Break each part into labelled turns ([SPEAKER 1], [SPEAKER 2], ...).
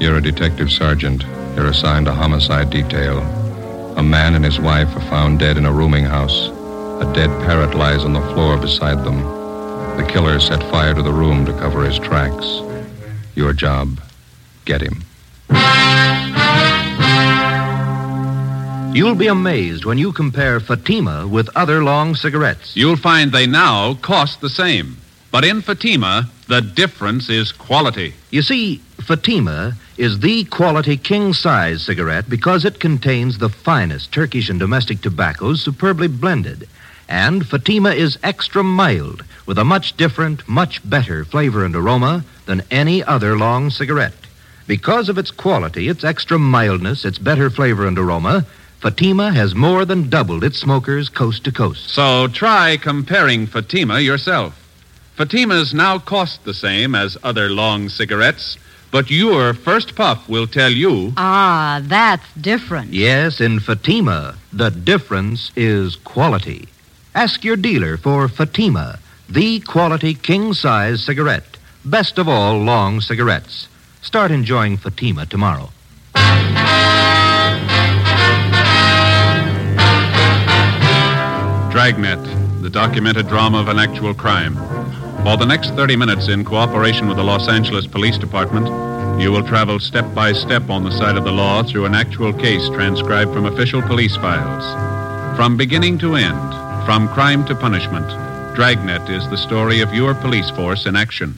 [SPEAKER 1] You're a detective sergeant. You're assigned a homicide detail. A man and his wife are found dead in a rooming house. A dead parrot lies on the floor beside them. The killer set fire to the room to cover his tracks. Your job get him.
[SPEAKER 2] You'll be amazed when you compare Fatima with other long cigarettes.
[SPEAKER 3] You'll find they now cost the same. But in Fatima, the difference is quality.
[SPEAKER 2] You see, Fatima is the quality king size cigarette because it contains the finest Turkish and domestic tobaccos superbly blended. And Fatima is extra mild with a much different, much better flavor and aroma than any other long cigarette. Because of its quality, its extra mildness, its better flavor and aroma, Fatima has more than doubled its smokers coast to coast.
[SPEAKER 3] So try comparing Fatima yourself. Fatima's now cost the same as other long cigarettes, but your first puff will tell you
[SPEAKER 4] Ah, that's different.
[SPEAKER 2] Yes, in Fatima, the difference is quality. Ask your dealer for Fatima, the quality king size cigarette. Best of all long cigarettes. Start enjoying Fatima tomorrow.
[SPEAKER 3] Dragnet, the documented drama of an actual crime. For the next 30 minutes, in cooperation with the Los Angeles Police Department, you will travel step by step on the side of the law through an actual case transcribed from official police files. From beginning to end, from crime to punishment, Dragnet is the story of your police force in action.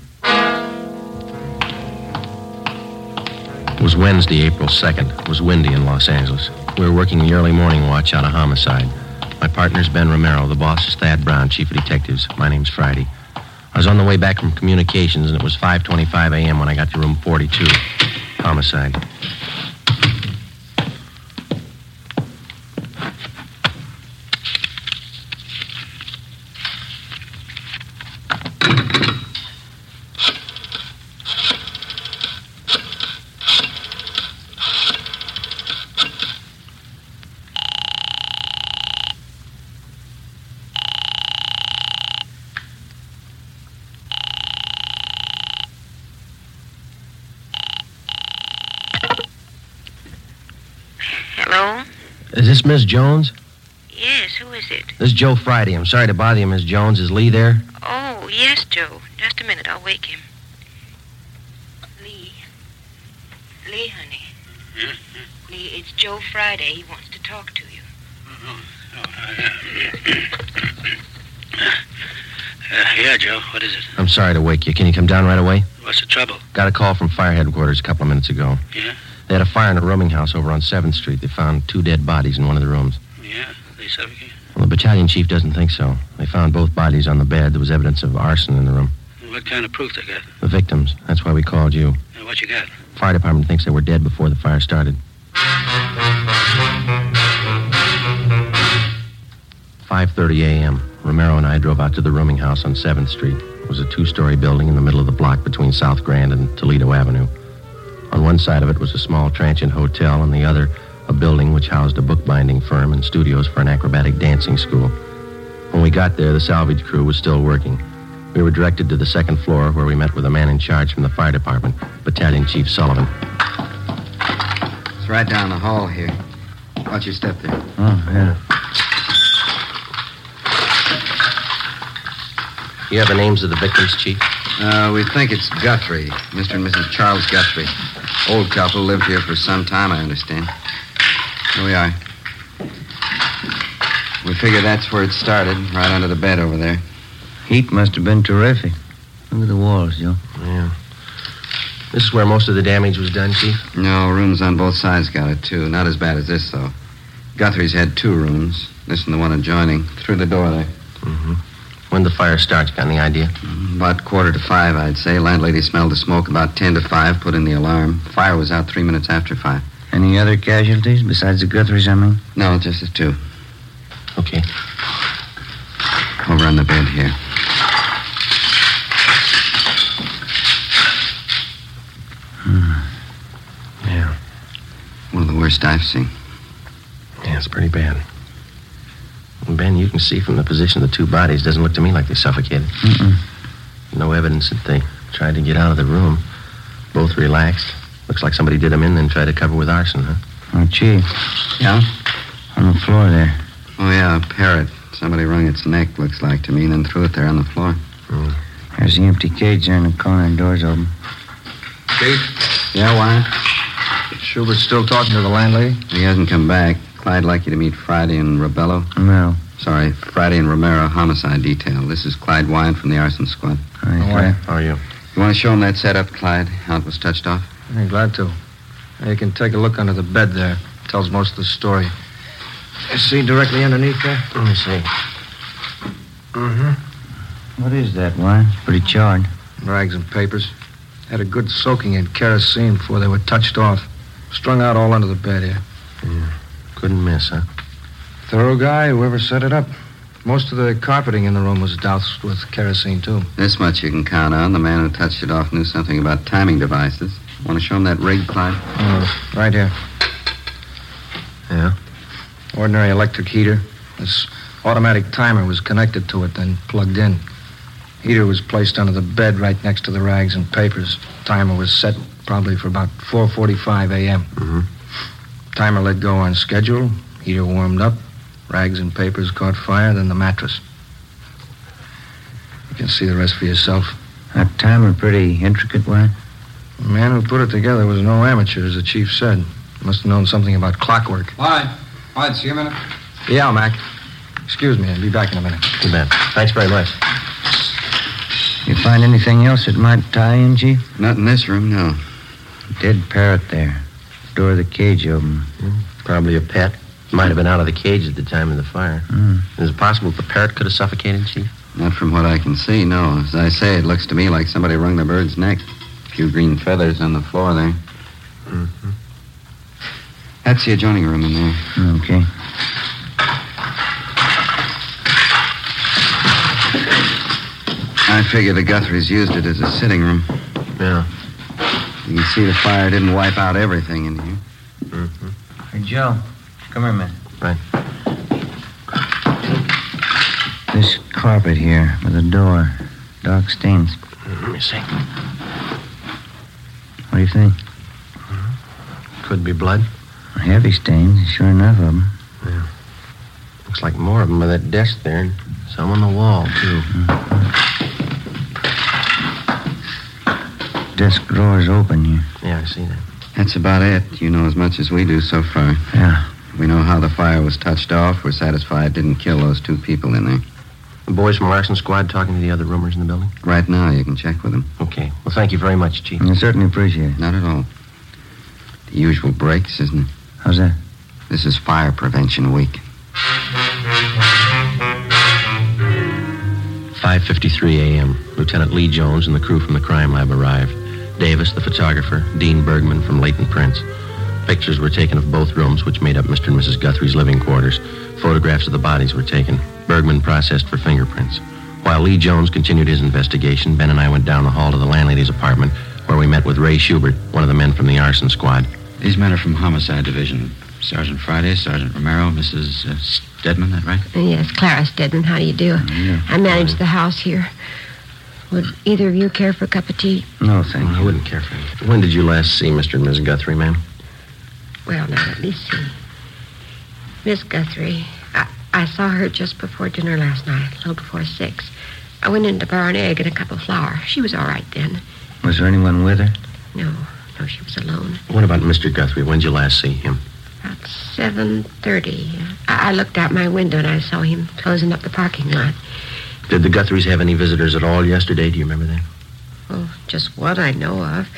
[SPEAKER 5] It was Wednesday, April 2nd. It was windy in Los Angeles. We were working the early morning watch on a homicide. My partner's Ben Romero. The boss is Thad Brown, chief of detectives. My name's Friday. I was on the way back from communications, and it was 5.25 a.m. when I got to room 42. Homicide.
[SPEAKER 6] Hello?
[SPEAKER 5] Is this Miss Jones?
[SPEAKER 6] Yes, who is it?
[SPEAKER 5] This is Joe Friday. I'm sorry to bother you, Miss Jones. Is Lee there?
[SPEAKER 6] Oh, yes, Joe. Just a minute. I'll wake him. Lee. Lee, honey. Lee, it's Joe Friday. He wants to talk to you.
[SPEAKER 7] Uh, yeah, Joe. What is it?
[SPEAKER 5] I'm sorry to wake you. Can you come down right away?
[SPEAKER 7] What's the trouble?
[SPEAKER 5] Got a call from fire headquarters a couple of minutes ago.
[SPEAKER 7] Yeah?
[SPEAKER 5] They had a fire in a rooming house over on 7th Street. They found two dead bodies in one of the rooms.
[SPEAKER 7] Yeah? They suffocated?
[SPEAKER 5] Well, the battalion chief doesn't think so. They found both bodies on the bed. There was evidence of arson in the room.
[SPEAKER 7] What kind of proof they got?
[SPEAKER 5] The victims. That's why we called you.
[SPEAKER 7] And what you got?
[SPEAKER 5] Fire department thinks they were dead before the fire started. Five thirty a.m. Romero and I drove out to the rooming house on Seventh Street. It was a two-story building in the middle of the block between South Grand and Toledo Avenue. On one side of it was a small transient hotel, on the other, a building which housed a bookbinding firm and studios for an acrobatic dancing school. When we got there, the salvage crew was still working. We were directed to the second floor, where we met with a man in charge from the fire department, Battalion Chief Sullivan.
[SPEAKER 8] It's right down the hall here. Watch your step there.
[SPEAKER 5] Oh, You have the names of the victims, Chief?
[SPEAKER 8] Uh, we think it's Guthrie, Mr. and Mrs. Charles Guthrie. Old couple lived here for some time, I understand. Here we are. We figure that's where it started, right under the bed over there.
[SPEAKER 5] Heat must have been terrific. Look at the walls, Joe. Yeah. This is where most of the damage was done, Chief.
[SPEAKER 8] No, rooms on both sides got it, too. Not as bad as this, though. Guthrie's had two rooms. This and the one adjoining, through the door there.
[SPEAKER 5] Mm-hmm. When the fire starts, got any idea?
[SPEAKER 8] Mm-hmm. About quarter to five, I'd say. Landlady smelled the smoke about ten to five, put in the alarm. Fire was out three minutes after five.
[SPEAKER 9] Any other casualties besides the Guthrie's, I mean?
[SPEAKER 8] No, just the two.
[SPEAKER 5] Okay.
[SPEAKER 8] Over on the bed here.
[SPEAKER 5] Yeah.
[SPEAKER 8] One of the worst I've seen.
[SPEAKER 5] Yeah, it's pretty bad. And Ben, you can see from the position of the two bodies, doesn't look to me like they suffocated.
[SPEAKER 9] Mm-mm.
[SPEAKER 5] No evidence that they tried to get out of the room. Both relaxed. Looks like somebody did them in, then tried to cover with arson, huh?
[SPEAKER 9] Oh, gee.
[SPEAKER 8] Yeah?
[SPEAKER 9] On the floor there.
[SPEAKER 8] Oh, yeah, a parrot. Somebody wrung its neck, looks like to me, then threw it there on the floor.
[SPEAKER 9] Hmm. There's the empty cage there in the corner and door's open.
[SPEAKER 8] Chief? Yeah, Wyatt?
[SPEAKER 10] Schubert's still talking to the landlady?
[SPEAKER 8] He hasn't come back. Clyde'd like you to meet Friday and Robello.
[SPEAKER 9] No.
[SPEAKER 8] Sorry, Friday and Romero, homicide detail. This is Clyde Wyant from the arson squad.
[SPEAKER 9] I
[SPEAKER 10] Oh, I-
[SPEAKER 5] How are you?
[SPEAKER 8] You want to show him that setup, Clyde? How it was touched off?
[SPEAKER 10] I'm glad to. Now You can take a look under the bed there. Tells most of the story. You see directly underneath there?
[SPEAKER 5] Let me see.
[SPEAKER 10] Mm-hmm.
[SPEAKER 9] What is that, Wyatt? It's pretty charred.
[SPEAKER 10] Rags and papers. Had a good soaking in kerosene before they were touched off. Strung out all under the bed here.
[SPEAKER 5] Couldn't miss, huh?
[SPEAKER 10] Thorough guy, whoever set it up. Most of the carpeting in the room was doused with kerosene, too.
[SPEAKER 8] This much you can count on. The man who touched it off knew something about timing devices. Want to show him that rig, Clyde?
[SPEAKER 10] Oh, right here.
[SPEAKER 5] Yeah.
[SPEAKER 10] Ordinary electric heater. This automatic timer was connected to it, then plugged in. Heater was placed under the bed right next to the rags and papers. Timer was set probably for about 4:45 a.m.
[SPEAKER 9] Mm-hmm.
[SPEAKER 5] Mhm.
[SPEAKER 10] Timer let go on schedule. Heater warmed up. Rags and papers caught fire, then the mattress. You can see the rest for yourself.
[SPEAKER 9] That timer pretty intricate, Wyatt.
[SPEAKER 10] The man who put it together was no amateur, as the chief said. Must have known something about clockwork.
[SPEAKER 8] Why? Why, see you a minute.
[SPEAKER 10] Yeah, Mac. Excuse me, I'll be back in a minute.
[SPEAKER 5] You bet. Thanks very much.
[SPEAKER 9] You find anything else that might tie in, Chief?
[SPEAKER 8] Not in this room, no.
[SPEAKER 9] Dead parrot there. Door of the cage open.
[SPEAKER 5] Probably a pet. Might have been out of the cage at the time of the fire.
[SPEAKER 9] Mm.
[SPEAKER 5] Is it possible the parrot could have suffocated, Chief?
[SPEAKER 8] Not from what I can see, no. As I say, it looks to me like somebody wrung the bird's neck. A few green feathers on the floor there.
[SPEAKER 5] Mm-hmm.
[SPEAKER 8] That's the adjoining room in there.
[SPEAKER 9] Okay.
[SPEAKER 8] I figure the Guthries used it as a sitting room.
[SPEAKER 5] Yeah.
[SPEAKER 8] You can see the fire didn't wipe out everything in here.
[SPEAKER 5] Mm-hmm.
[SPEAKER 9] Hey, Joe. Come here, man.
[SPEAKER 5] Right.
[SPEAKER 9] This carpet here with a door. Dark stains.
[SPEAKER 5] Let me see.
[SPEAKER 9] What do you think?
[SPEAKER 5] Hmm? Could be blood.
[SPEAKER 9] Heavy stains, sure enough of 'em.
[SPEAKER 5] Looks like more of them by that desk there, and some on the wall too.
[SPEAKER 9] Mm-hmm. Desk drawers open here.
[SPEAKER 5] Yeah, I see that.
[SPEAKER 8] That's about it. You know as much as we do so far.
[SPEAKER 9] Yeah.
[SPEAKER 8] We know how the fire was touched off. We're satisfied it didn't kill those two people in there.
[SPEAKER 5] The boys from Larson Squad talking to the other roomers in the building.
[SPEAKER 8] Right now, you can check with them.
[SPEAKER 5] Okay. Well, thank you very much, Chief.
[SPEAKER 9] I certainly appreciate it.
[SPEAKER 8] Not at all. The usual breaks, isn't it?
[SPEAKER 9] How's that?
[SPEAKER 8] This is fire prevention week.
[SPEAKER 5] 5:53 a.m. Lieutenant Lee Jones and the crew from the crime lab arrived. Davis, the photographer, Dean Bergman from Leighton Prince. Pictures were taken of both rooms, which made up Mr. and Mrs. Guthrie's living quarters. Photographs of the bodies were taken. Bergman processed for fingerprints. While Lee Jones continued his investigation, Ben and I went down the hall to the landlady's apartment, where we met with Ray Schubert, one of the men from the arson squad.
[SPEAKER 11] These men are from Homicide Division. Sergeant Friday, Sergeant Romero, Mrs. Uh, Stedman, that right?
[SPEAKER 6] Yes, Clara Stedman, how do you do? I manage the house here. Would either of you care for a cup of tea?
[SPEAKER 9] No, thank
[SPEAKER 5] I
[SPEAKER 9] you.
[SPEAKER 5] wouldn't care for him. When did you last see Mr. and Mrs. Guthrie, ma'am?
[SPEAKER 6] Well, now, let me see. Miss Guthrie, I, I saw her just before dinner last night, a little before six. I went in to borrow an egg and a cup of flour. She was all right then.
[SPEAKER 9] Was there anyone with her?
[SPEAKER 6] No, no, she was alone.
[SPEAKER 5] What about Mr. Guthrie? When did you last see him?
[SPEAKER 6] About 7.30. I, I looked out my window and I saw him closing up the parking lot.
[SPEAKER 5] Did the Guthries have any visitors at all yesterday? Do you remember that?
[SPEAKER 6] Well, Oh, just one I know of.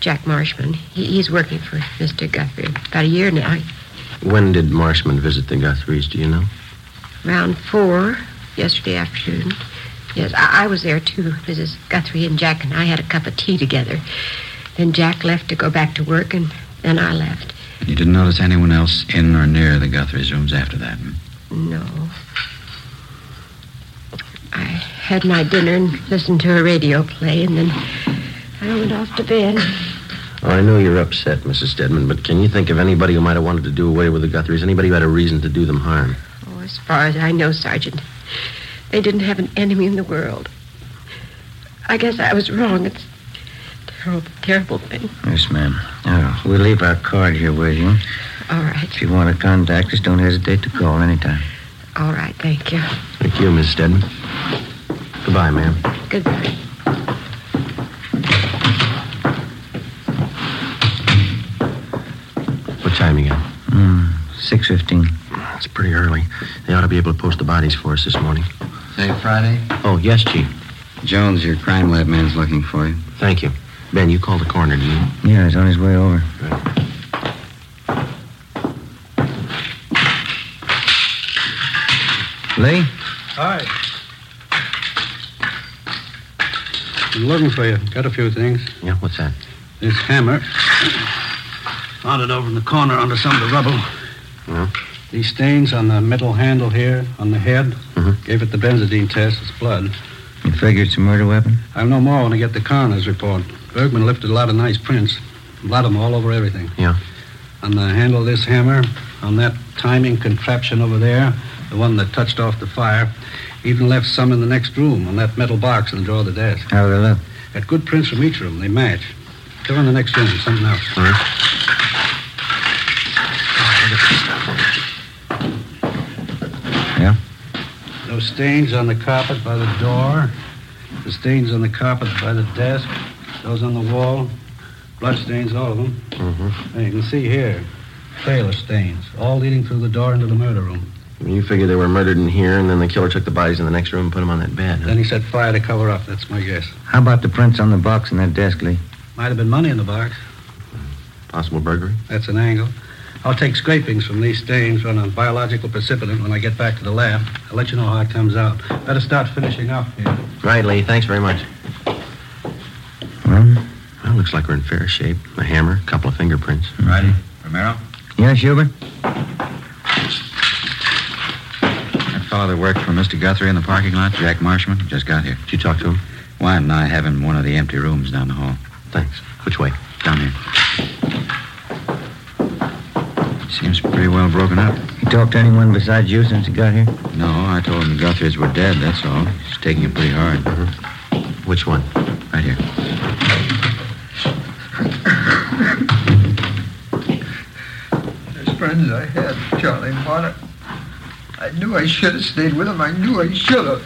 [SPEAKER 6] Jack Marshman. He, he's working for Mr. Guthrie about a year now.
[SPEAKER 5] When did Marshman visit the Guthries? Do you know?
[SPEAKER 6] Round four, yesterday afternoon. Yes, I, I was there too. Mrs. Guthrie and Jack and I had a cup of tea together. Then Jack left to go back to work, and then I left.
[SPEAKER 11] And you didn't notice anyone else in or near the Guthrie's rooms after that? hmm?
[SPEAKER 6] No. I had my dinner and listened to a radio play, and then I went off to bed.
[SPEAKER 5] Oh, I know you're upset, Mrs. Stedman, but can you think of anybody who might have wanted to do away with the Guthries? Anybody who had a reason to do them harm?
[SPEAKER 6] Oh, as far as I know, Sergeant, they didn't have an enemy in the world. I guess I was wrong. It's a terrible, terrible thing.
[SPEAKER 9] Yes, ma'am. Now, we'll leave our card here with you.
[SPEAKER 6] All right.
[SPEAKER 9] If you want to contact us, don't hesitate to call anytime.
[SPEAKER 6] All right, thank you.
[SPEAKER 5] Thank you, Miss Stedman. Goodbye, ma'am.
[SPEAKER 6] Goodbye.
[SPEAKER 5] What time you got?
[SPEAKER 9] Mm, 6.15.
[SPEAKER 5] It's pretty early. They ought to be able to post the bodies for us this morning.
[SPEAKER 8] Say Friday?
[SPEAKER 5] Oh, yes, Chief.
[SPEAKER 8] Jones, your crime lab man's looking for you.
[SPEAKER 5] Thank you. Ben, you call the coroner, do you?
[SPEAKER 9] Yeah, he's on his way over. Lee?
[SPEAKER 12] Hi. I'm looking for you. Got a few things.
[SPEAKER 5] Yeah, what's that?
[SPEAKER 12] This hammer. Found it over in the corner under some of the rubble.
[SPEAKER 5] Yeah.
[SPEAKER 12] These stains on the metal handle here, on the head. Gave it the benzidine test. It's blood.
[SPEAKER 9] Mm-hmm. You figure it's a murder weapon?
[SPEAKER 12] I'll know more when I get the coroner's report. Bergman lifted a lot of nice prints. A lot of them all over everything.
[SPEAKER 5] Yeah.
[SPEAKER 12] On the handle of this hammer, on that timing contraption over there, the one that touched off the fire. Even left some in the next room, on that metal box in the drawer of the desk.
[SPEAKER 9] How do they look?
[SPEAKER 12] Got good prints from each of them. They match. Go in the next room, something else.
[SPEAKER 9] Yeah?
[SPEAKER 12] Those stains on the carpet by the door, the stains on the carpet by the desk, those on the wall, blood stains, all of them.
[SPEAKER 5] Mm-hmm.
[SPEAKER 12] And you can see here, trail of stains, all leading through the door into the murder room.
[SPEAKER 5] You figure they were murdered in here, and then the killer took the bodies in the next room and put them on that bed. huh?
[SPEAKER 12] Then he set fire to cover up. That's my guess.
[SPEAKER 9] How about the prints on the box and that desk, Lee?
[SPEAKER 12] Might have been money in the box.
[SPEAKER 5] Possible burglary?
[SPEAKER 12] That's an angle. I'll take scrapings from these stains on a biological precipitant when I get back to the lab. I'll let you know how it comes out. Better start finishing up here.
[SPEAKER 5] Right, Lee. Thanks very much.
[SPEAKER 9] Well,
[SPEAKER 5] Well, looks like we're in fair shape. A hammer, a couple of fingerprints.
[SPEAKER 11] Friday? Romero?
[SPEAKER 9] yes, Hubert?
[SPEAKER 11] That fellow that worked for Mr. Guthrie in the parking lot, Jack Marshman, just got here.
[SPEAKER 5] Did you talk to him?
[SPEAKER 11] Wyatt and I have him in one of the empty rooms down the hall.
[SPEAKER 5] Thanks. Which way?
[SPEAKER 11] Down here. Seems pretty well broken up.
[SPEAKER 9] You talked to anyone besides you since you got here?
[SPEAKER 11] No, I told him the Guthries were dead, that's all. He's taking it pretty hard.
[SPEAKER 5] Which one?
[SPEAKER 11] Mm-hmm. Right here.
[SPEAKER 10] As friends I had, Charlie Marner. I knew I should have stayed with him. I knew I should have.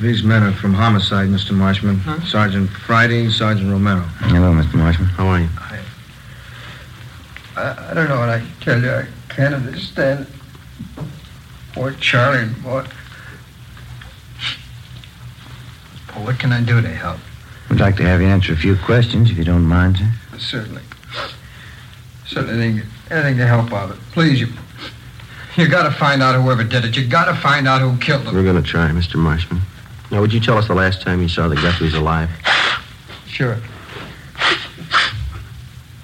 [SPEAKER 13] These men are from homicide, Mr. Marshman. Sergeant Friday, Sergeant Romero.
[SPEAKER 9] Hello, Mr. Marshman.
[SPEAKER 5] How are you?
[SPEAKER 10] I, I don't know what I tell you. I can't understand. Poor Charlie and what. Well, what can I do to help?
[SPEAKER 9] We'd like to have you answer a few questions, if you don't mind, sir.
[SPEAKER 10] Certainly. Certainly, anything, anything to help out. Please, you. You gotta find out whoever did it. You gotta find out who killed him.
[SPEAKER 5] We're going to try, Mr. Marshman. Now, would you tell us the last time you saw the Guthries alive?
[SPEAKER 10] Sure.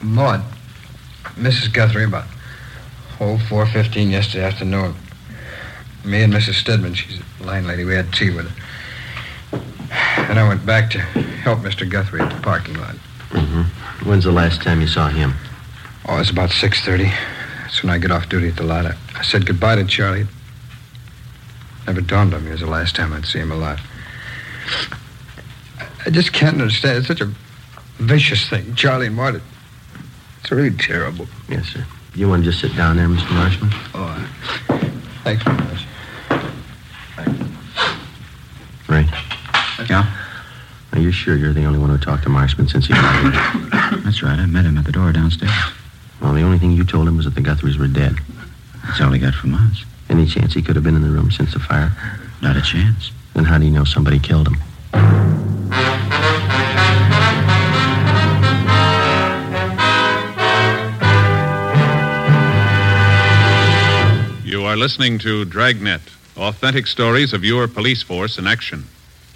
[SPEAKER 10] Maud, Mrs. Guthrie, about oh four fifteen yesterday afternoon. Me and Mrs. Stedman, she's a line lady. We had tea with her, and I went back to help Mr. Guthrie at the parking lot.
[SPEAKER 5] Mm-hmm. When's the last time you saw him?
[SPEAKER 10] Oh, it's about six thirty. That's when I get off duty at the lot. I, I said goodbye to Charlie. Never dawned on me it was the last time I'd see him alive. I, I just can't understand. It's such a vicious thing, Charlie and Martin. It's really terrible.
[SPEAKER 5] Yes, sir. You want to just sit down there, Mr. Marshman?
[SPEAKER 10] Oh, I- thanks very much.
[SPEAKER 5] Right.
[SPEAKER 11] Yeah?
[SPEAKER 5] Now, you're sure you're the only one who talked to Marshman since he got here?
[SPEAKER 11] That's right. I met him at the door downstairs.
[SPEAKER 5] Well, the only thing you told him was that the Guthries were dead.
[SPEAKER 11] That's all he got from us.
[SPEAKER 5] Any chance he could have been in the room since the fire?
[SPEAKER 11] Not a chance.
[SPEAKER 5] Then how do you know somebody killed him?
[SPEAKER 3] You are listening to Dragnet, Authentic stories of your police force in action.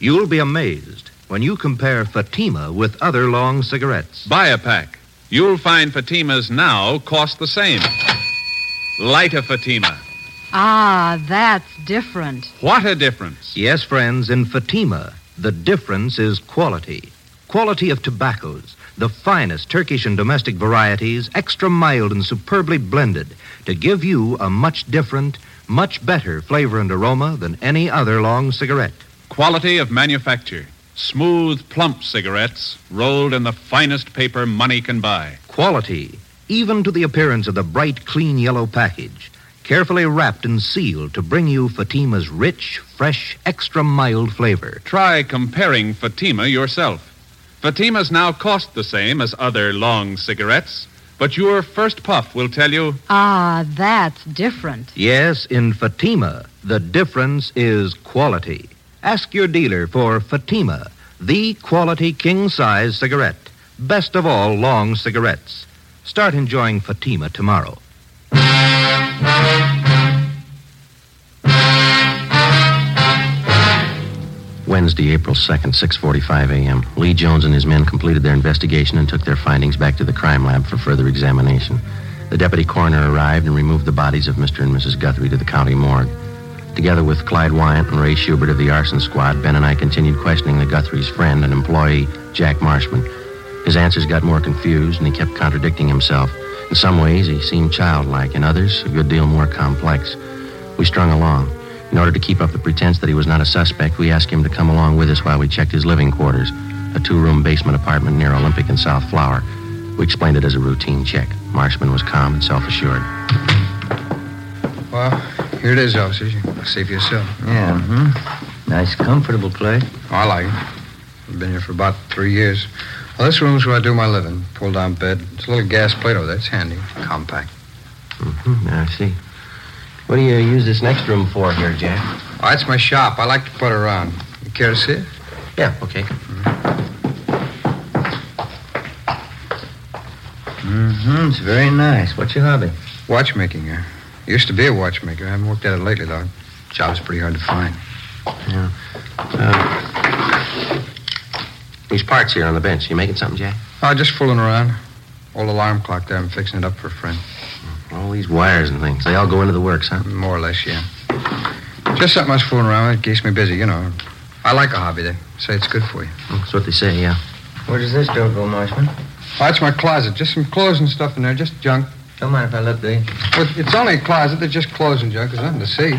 [SPEAKER 2] You'll be amazed when you compare Fatima with other long cigarettes.
[SPEAKER 3] Buy a pack. You'll find Fatima's now cost the same. Light a Fatima.
[SPEAKER 4] Ah, that's different.
[SPEAKER 3] What a difference.
[SPEAKER 2] Yes, friends, in Fatima, the difference is quality. Quality of tobaccos, the finest Turkish and domestic varieties, extra mild and superbly blended, to give you a much different, much better flavor and aroma than any other long cigarette.
[SPEAKER 3] Quality of manufacture. Smooth, plump cigarettes rolled in the finest paper money can buy.
[SPEAKER 2] Quality, even to the appearance of the bright, clean yellow package, carefully wrapped and sealed to bring you Fatima's rich, fresh, extra mild flavor.
[SPEAKER 3] Try comparing Fatima yourself. Fatima's now cost the same as other long cigarettes, but your first puff will tell you
[SPEAKER 4] Ah, that's different.
[SPEAKER 2] Yes, in Fatima, the difference is quality. Ask your dealer for Fatima, the quality king size cigarette. Best of all long cigarettes. Start enjoying Fatima tomorrow.
[SPEAKER 5] Wednesday, April 2nd, 6:45 a.m. Lee Jones and his men completed their investigation and took their findings back to the crime lab for further examination. The deputy coroner arrived and removed the bodies of Mr. and Mrs. Guthrie to the county morgue. Together with Clyde Wyant and Ray Schubert of the arson squad, Ben and I continued questioning the Guthrie's friend and employee, Jack Marshman. His answers got more confused and he kept contradicting himself. In some ways, he seemed childlike, in others, a good deal more complex. We strung along. In order to keep up the pretense that he was not a suspect, we asked him to come along with us while we checked his living quarters, a two room basement apartment near Olympic and South Flower. We explained it as a routine check. Marshman was calm and self assured.
[SPEAKER 10] Well, here it is, officers. You can see for yourself. Oh,
[SPEAKER 9] Yeah, mm-hmm. Nice, comfortable place.
[SPEAKER 10] I like it. I've been here for about three years. Well, this room's where I do my living. Pull down bed. It's a little gas plate over there. It's handy. Compact.
[SPEAKER 5] Mm-hmm, I see. What do you use this next room for here, Jack?
[SPEAKER 10] Oh, that's my shop. I like to put around. You care to see it?
[SPEAKER 5] Yeah, okay.
[SPEAKER 9] Mm-hmm. It's very nice. What's your hobby?
[SPEAKER 10] Watchmaking. I used to be a watchmaker. I haven't worked at it lately, though. Job's pretty hard to find.
[SPEAKER 5] Yeah. Uh, these parts here on the bench. You making something, Jack?
[SPEAKER 10] Oh, just fooling around. Old alarm clock there. I'm fixing it up for a friend.
[SPEAKER 5] All these wires and things. They all go into the works, huh?
[SPEAKER 10] More or less, yeah. Just something I was fooling around with. It keeps me busy, you know. I like a hobby. They say it's good for you.
[SPEAKER 5] That's what they say, yeah.
[SPEAKER 9] Where does this door go, Marshman?
[SPEAKER 10] Oh, that's my closet. Just some clothes and stuff in there. Just junk.
[SPEAKER 9] Don't mind if I look, Dave.
[SPEAKER 10] Well, it's only a closet. They're just clothes and junk. There's nothing to see.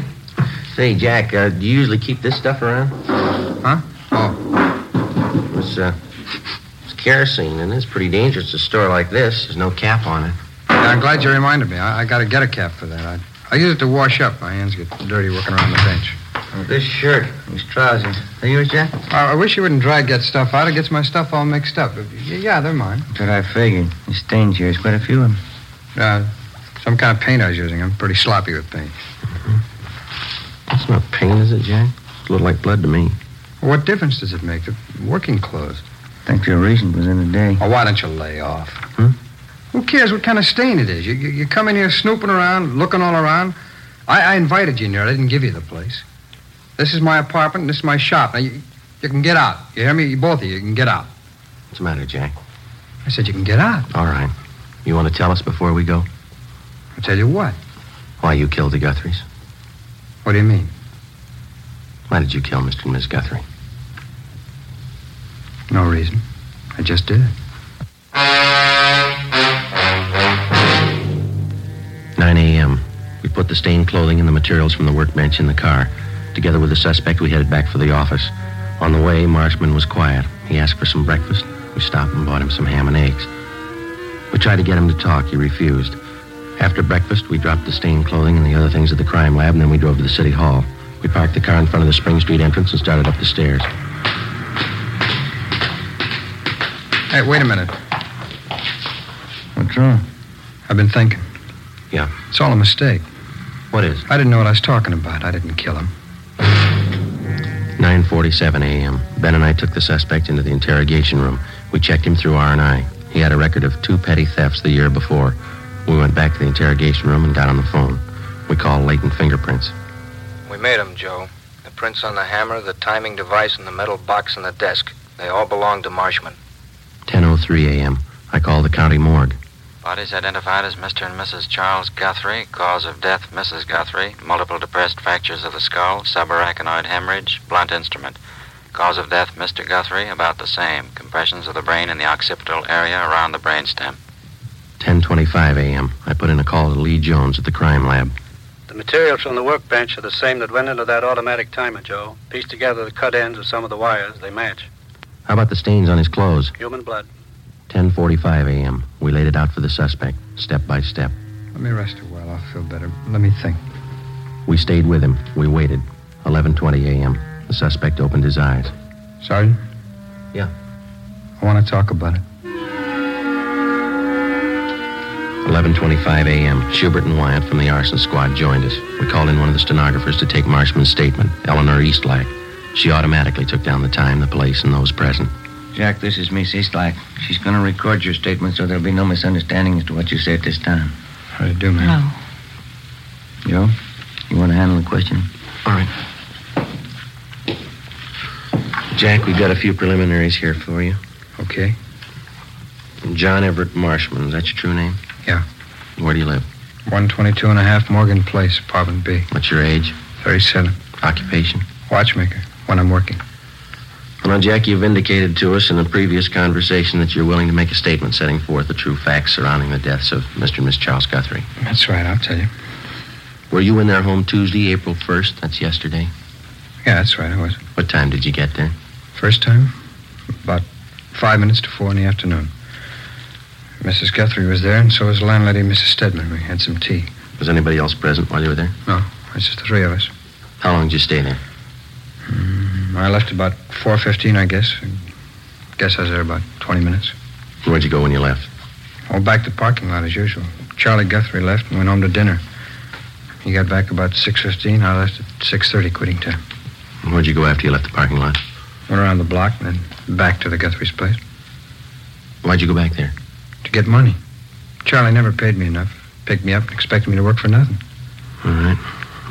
[SPEAKER 9] Say, Jack, uh, do you usually keep this stuff around?
[SPEAKER 10] Huh? Oh.
[SPEAKER 9] It's, uh, it's kerosene, and it's pretty dangerous to store like this. There's no cap on it.
[SPEAKER 10] Yeah, I'm glad you reminded me. I, I got to get a cap for that. I, I use it to wash up. My hands get dirty working around the bench.
[SPEAKER 9] Well, this shirt, these trousers, are yours, Jack?
[SPEAKER 10] I, I wish you wouldn't drag that stuff out. It gets my stuff all mixed up. Yeah, they're mine.
[SPEAKER 9] That's what I figured. The stains here. There's quite a few of them.
[SPEAKER 10] Uh, some kind of paint I was using. I'm pretty sloppy with paint.
[SPEAKER 5] Mm-hmm. It's not paint, is it, Jack? It looked like blood to me.
[SPEAKER 10] Well, what difference does it make? The working clothes.
[SPEAKER 9] I think your reason was in the day.
[SPEAKER 10] Oh, why don't you lay off? Hmm? Who cares what kind of stain it is? You, you, you, come in here snooping around, looking all around. I, I invited you in here. I didn't give you the place. This is my apartment. This is my shop. Now, you, you can get out. You hear me? You, both of you, you can get out.
[SPEAKER 5] What's the matter, Jack?
[SPEAKER 10] I said you can get out.
[SPEAKER 5] All right. You want to tell us before we go?
[SPEAKER 10] I'll tell you what.
[SPEAKER 5] Why you killed the Guthries.
[SPEAKER 10] What do you mean?
[SPEAKER 5] Why did you kill Mr. and Miss Guthrie?
[SPEAKER 10] No reason. I just did it.
[SPEAKER 5] 9 a.m. We put the stained clothing and the materials from the workbench in the car. Together with the suspect, we headed back for the office. On the way, Marshman was quiet. He asked for some breakfast. We stopped and bought him some ham and eggs. We tried to get him to talk. He refused. After breakfast, we dropped the stained clothing and the other things at the crime lab, and then we drove to the city hall. We parked the car in front of the Spring Street entrance and started up the stairs.
[SPEAKER 10] Hey, wait a minute.
[SPEAKER 9] What's wrong?
[SPEAKER 10] I've been thinking.
[SPEAKER 5] Yeah.
[SPEAKER 10] It's all a mistake.
[SPEAKER 5] What is?
[SPEAKER 10] I didn't know what I was talking about. I didn't kill him.
[SPEAKER 5] 9:47 a.m. Ben and I took the suspect into the interrogation room. We checked him through R&I. He had a record of two petty thefts the year before. We went back to the interrogation room and got on the phone. We called Leighton Fingerprints.
[SPEAKER 13] We made 'em, Joe. The prints on the hammer, the timing device, and the metal box in the desk. They all belong to Marshman.
[SPEAKER 5] 10:03 a.m. I call the county morgue.
[SPEAKER 11] Bodies identified as Mr. and Mrs. Charles Guthrie. Cause of death, Mrs. Guthrie. Multiple depressed fractures of the skull, subarachnoid hemorrhage, blunt instrument. Cause of death, Mr. Guthrie, about the same. Compressions of the brain in the occipital area around the brainstem.
[SPEAKER 5] 10:25 a.m. I put in a call to Lee Jones at the crime lab.
[SPEAKER 12] The materials from the workbench are the same that went into that automatic timer, Joe. Piece together the cut ends of some of the wires. They match.
[SPEAKER 5] How about the stains on his clothes?
[SPEAKER 12] Human blood.
[SPEAKER 5] 10:45 a.m. We laid it out for the suspect, step by step.
[SPEAKER 10] Let me rest a while. I'll feel better. Let me think.
[SPEAKER 5] We stayed with him. We waited. 11:20 a.m. The suspect opened his eyes.
[SPEAKER 10] Sergeant?
[SPEAKER 5] Yeah.
[SPEAKER 10] I want to talk about it.
[SPEAKER 5] 11:25 a.m. Schubert and Wyatt from the arson squad joined us. We called in one of the stenographers to take Marshman's statement, Eleanor Eastlack. She automatically took down the time, the place, and those present.
[SPEAKER 9] Jack, this is Miss Eastlight. She's going to record your statement so there'll be no misunderstanding as to what you say at this time.
[SPEAKER 10] How do you do,
[SPEAKER 9] ma'am? Joe, you want to handle the question?
[SPEAKER 5] All right. Jack, we've got a few preliminaries here for you.
[SPEAKER 10] Okay.
[SPEAKER 5] John Everett Marshman, is that your true name?
[SPEAKER 10] Yeah.
[SPEAKER 5] Where do you live?
[SPEAKER 10] 122 and a half Morgan Place, apartment B.
[SPEAKER 5] What's your age?
[SPEAKER 10] 37.
[SPEAKER 5] Occupation?
[SPEAKER 10] Watchmaker, when I'm working.
[SPEAKER 5] Well, now, Jack, you've indicated to us in a previous conversation that you're willing to make a statement setting forth the true facts surrounding the deaths of Mr. and Miss Charles Guthrie.
[SPEAKER 10] That's right, I'll tell you.
[SPEAKER 5] Were you in their home Tuesday, April 1st? That's yesterday.
[SPEAKER 10] Yeah, that's right, I was.
[SPEAKER 5] What time did you get there?
[SPEAKER 10] First time? About five minutes to four in the afternoon. Mrs. Guthrie was there, and so was the landlady, Mrs. Stedman. We had some tea.
[SPEAKER 5] Was anybody else present while you were there?
[SPEAKER 10] No, it's just the three of us.
[SPEAKER 5] How long did you stay there?
[SPEAKER 10] Mm, I left about 4.15, I guess. I guess I was there about 20 minutes.
[SPEAKER 5] Where'd you go when you left?
[SPEAKER 10] Oh, back to the parking lot as usual. Charlie Guthrie left and went home to dinner. He got back about 6.15. I left at 6.30, quitting time.
[SPEAKER 5] Where'd you go after you left the parking lot?
[SPEAKER 10] Went around the block and then back to the Guthrie's place
[SPEAKER 5] Why'd you go back there?
[SPEAKER 10] to get money. Charlie never paid me enough. Picked me up and expected me to work for nothing.
[SPEAKER 5] All right.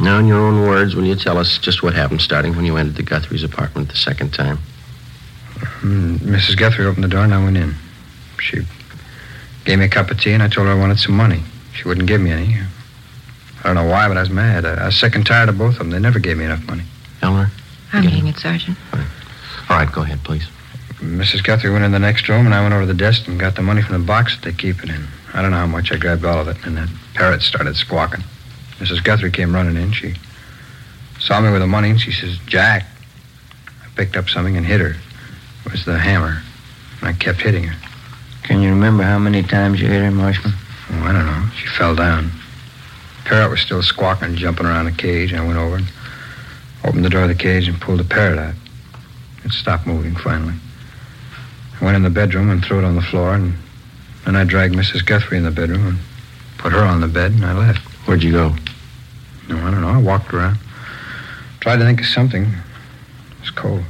[SPEAKER 5] Now, in your own words, will you tell us just what happened starting when you entered the Guthrie's apartment the second time?
[SPEAKER 10] Mm, Mrs. Guthrie opened the door and I went in. She gave me a cup of tea and I told her I wanted some money. She wouldn't give me any. I don't know why, but I was mad. I, I was sick and tired of both of them. They never gave me enough money.
[SPEAKER 5] Eleanor?
[SPEAKER 6] I'm eating it, Sergeant.
[SPEAKER 5] All right, go ahead, please.
[SPEAKER 10] Mrs. Guthrie went in the next room and I went over to the desk and got the money from the box that they keep it in. I don't know how much. I grabbed all of it and that parrot started squawking. Mrs. Guthrie came running in. She saw me with the money and she says, Jack. I picked up something and hit her. It was the hammer. And I kept hitting her.
[SPEAKER 9] Can you remember how many times you hit her, Marshman?
[SPEAKER 10] Oh, I don't know. She fell down. Parrot was still squawking, jumping around the cage. I went over and opened the door of the cage and pulled the parrot out. It stopped moving finally. I went in the bedroom and threw it on the floor, and then I dragged Mrs. Guthrie in the bedroom and put her on the bed, and I left.
[SPEAKER 5] Where'd you go?
[SPEAKER 10] No, I don't know. I walked around, tried to think of something. It was cold.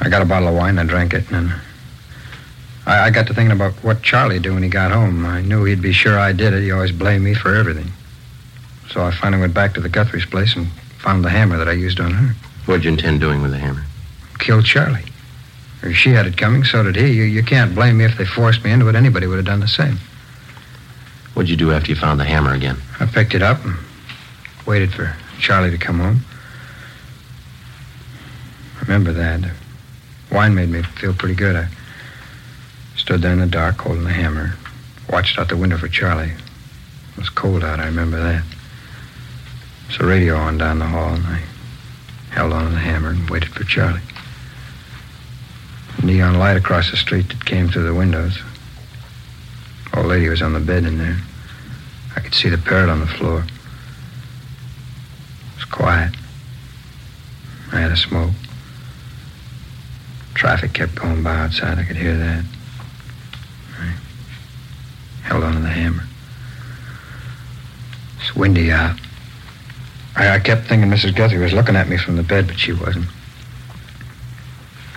[SPEAKER 10] I got a bottle of wine, I drank it, and then I, I got to thinking about what Charlie'd do when he got home. I knew he'd be sure I did it. He always blamed me for everything. So I finally went back to the Guthrie's place and found the hammer that I used on her.
[SPEAKER 5] What'd you intend doing with the hammer?
[SPEAKER 10] Killed Charlie. Or she had it coming, so did he. You, you can't blame me if they forced me into it. Anybody would have done the same.
[SPEAKER 5] What'd you do after you found the hammer again?
[SPEAKER 10] I picked it up and waited for Charlie to come home. Remember that. Wine made me feel pretty good. I stood there in the dark holding the hammer, watched out the window for Charlie. It was cold out, I remember that. There's a radio on down the hall, and I held on to the hammer and waited for Charlie. The neon light across the street that came through the windows. Old lady was on the bed in there. I could see the parrot on the floor. It was quiet. I had a smoke. Traffic kept going by outside. I could hear that. I held on to the hammer. It's windy out. I, I kept thinking Mrs. Guthrie was looking at me from the bed, but she wasn't.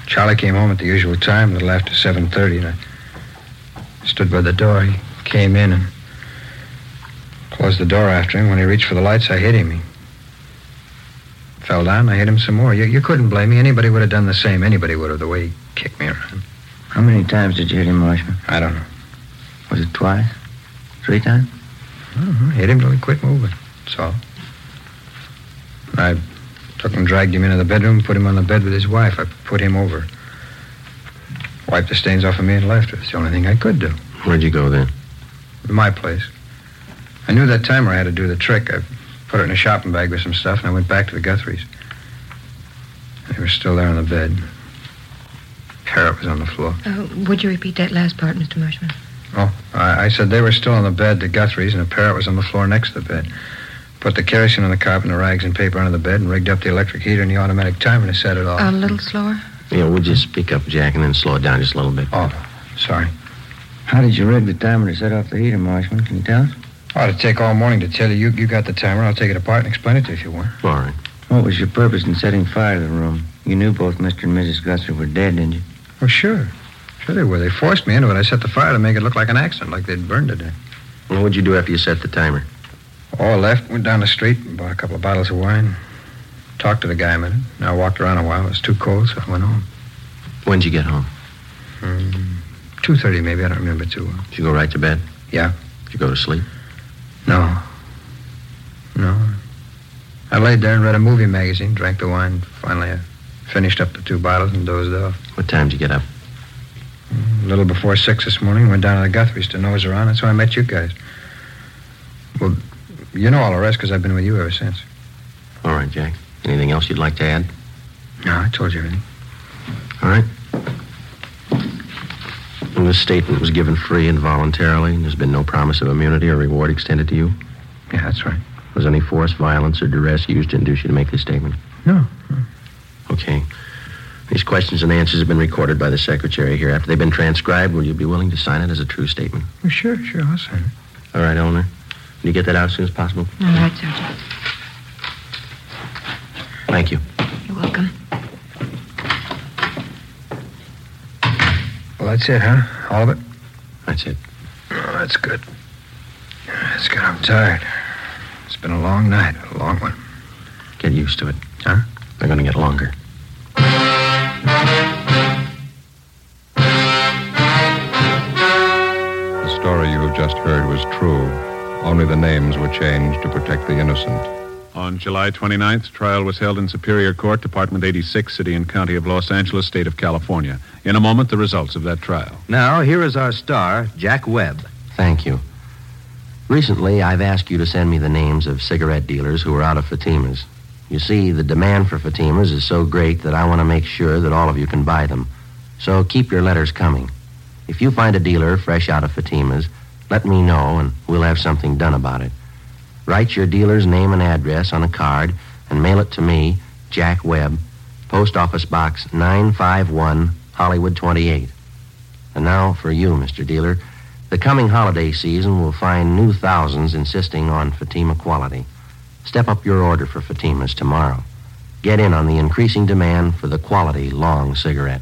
[SPEAKER 10] Charlie came home at the usual time, a little after 7.30, and I stood by the door. He came in and closed the door after him. When he reached for the lights, I hit him. He Fell down. I hit him some more. You, you couldn't blame me. Anybody would have done the same. Anybody would have, the way he kicked me around.
[SPEAKER 9] How many times did you hit him, Marshman?
[SPEAKER 10] I don't know.
[SPEAKER 9] Was it twice? Three times?
[SPEAKER 10] Mm-hmm. Hit him till he quit moving. That's all. I took and dragged him into the bedroom, put him on the bed with his wife. I put him over. Wiped the stains off of me and left. It's the only thing I could do.
[SPEAKER 5] Where'd you go then?
[SPEAKER 10] My place. I knew that timer I had to do the trick. I put it in a shopping bag with some stuff, and I went back to the Guthries. They were still there on the bed. Parrot was on the floor.
[SPEAKER 6] Uh, would you repeat that last part, Mr. Marshman?
[SPEAKER 10] Oh, I, I said they were still on the bed, the Guthries, and a parrot was on the floor next to the bed. Put the kerosene on the carpet and the rags and paper under the bed and rigged up the electric heater and the automatic timer to set it off.
[SPEAKER 6] A little slower?
[SPEAKER 5] Yeah, would you speak up, Jack, and then slow it down just a little bit?
[SPEAKER 10] Oh, sorry.
[SPEAKER 9] How did you rig the timer to set off the heater, Marshman? Can you tell us?
[SPEAKER 10] Ought to take all morning to tell you, you you got the timer. I'll take it apart and explain it to you if you want.
[SPEAKER 5] All right.
[SPEAKER 9] What was your purpose in setting fire to the room? You knew both Mr. and Mrs. Guthrie were dead, didn't you?
[SPEAKER 10] Oh, sure. Sure they were. They forced me into it. I set the fire to make it look like an accident, like they'd burned it.
[SPEAKER 5] Well, what'd you do after you set the timer?
[SPEAKER 10] Oh, I left, went down the street and bought a couple of bottles of wine. Talked to the guy a minute. Now I walked around a while. It was too cold, so I went home.
[SPEAKER 5] When'd you get home?
[SPEAKER 10] Um, 2.30 maybe. I don't remember too well.
[SPEAKER 5] Did you go right to bed?
[SPEAKER 10] Yeah.
[SPEAKER 5] Did you go to sleep?
[SPEAKER 10] No. No. I laid there and read a movie magazine, drank the wine. Finally, I finished up the two bottles and dozed off.
[SPEAKER 5] What time did you get up?
[SPEAKER 10] A little before six this morning, went down to the Guthries to nose around. That's when I met you guys. Well, you know all the rest because I've been with you ever since.
[SPEAKER 5] All right, Jack. Anything else you'd like to add?
[SPEAKER 10] No, I told you everything.
[SPEAKER 5] All right. And this statement was given free and voluntarily, and there's been no promise of immunity or reward extended to you.
[SPEAKER 10] Yeah, that's right.
[SPEAKER 5] Was any force, violence, or duress used to induce you to make this statement?
[SPEAKER 10] No.
[SPEAKER 5] Okay. These questions and answers have been recorded by the secretary here. After they've been transcribed, will you be willing to sign it as a true statement?
[SPEAKER 10] Well, sure, sure, I'll sign it.
[SPEAKER 5] All right, Eleanor. Can you get that out as soon as possible?
[SPEAKER 6] All right, Sergeant.
[SPEAKER 5] Thank you.
[SPEAKER 6] You're welcome.
[SPEAKER 10] Well, that's it, huh? All of it?
[SPEAKER 5] That's it.
[SPEAKER 10] Oh, that's good. That's good. I'm tired. It's been a long night, a long one.
[SPEAKER 5] Get used to it.
[SPEAKER 10] Huh?
[SPEAKER 5] They're going to get longer.
[SPEAKER 1] The story you have just heard was true. Only the names were changed to protect the innocent.
[SPEAKER 3] On July 29th, trial was held in Superior Court, Department 86, City and County of Los Angeles, State of California. In a moment, the results of that trial.
[SPEAKER 2] Now, here is our star, Jack Webb.
[SPEAKER 5] Thank you. Recently, I've asked you to send me the names of cigarette dealers who are out of Fatimas. You see, the demand for Fatimas is so great that I want to make sure that all of you can buy them. So keep your letters coming. If you find a dealer fresh out of Fatimas, let me know and we'll have something done about it. Write your dealer's name and address on a card and mail it to me, Jack Webb, Post Office Box 951, Hollywood 28. And now for you, Mr. Dealer. The coming holiday season will find new thousands insisting on Fatima quality. Step up your order for Fatimas tomorrow. Get in on the increasing demand for the quality long cigarette.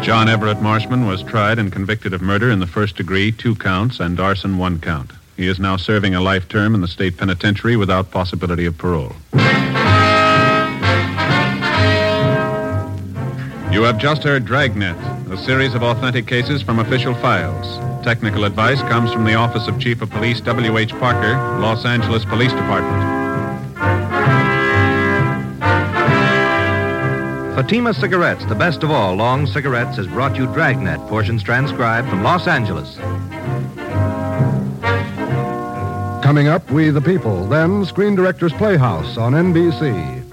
[SPEAKER 3] John Everett Marshman was tried and convicted of murder in the first degree, two counts, and arson, one count. He is now serving a life term in the state penitentiary without possibility of parole. You have just heard Dragnet, a series of authentic cases from official files. Technical advice comes from the Office of Chief of Police W.H. Parker, Los Angeles Police Department.
[SPEAKER 2] Fatima Cigarettes, the best of all long cigarettes, has brought you Dragnet, portions transcribed from Los Angeles.
[SPEAKER 14] Coming up, We the People, then Screen Directors Playhouse on NBC.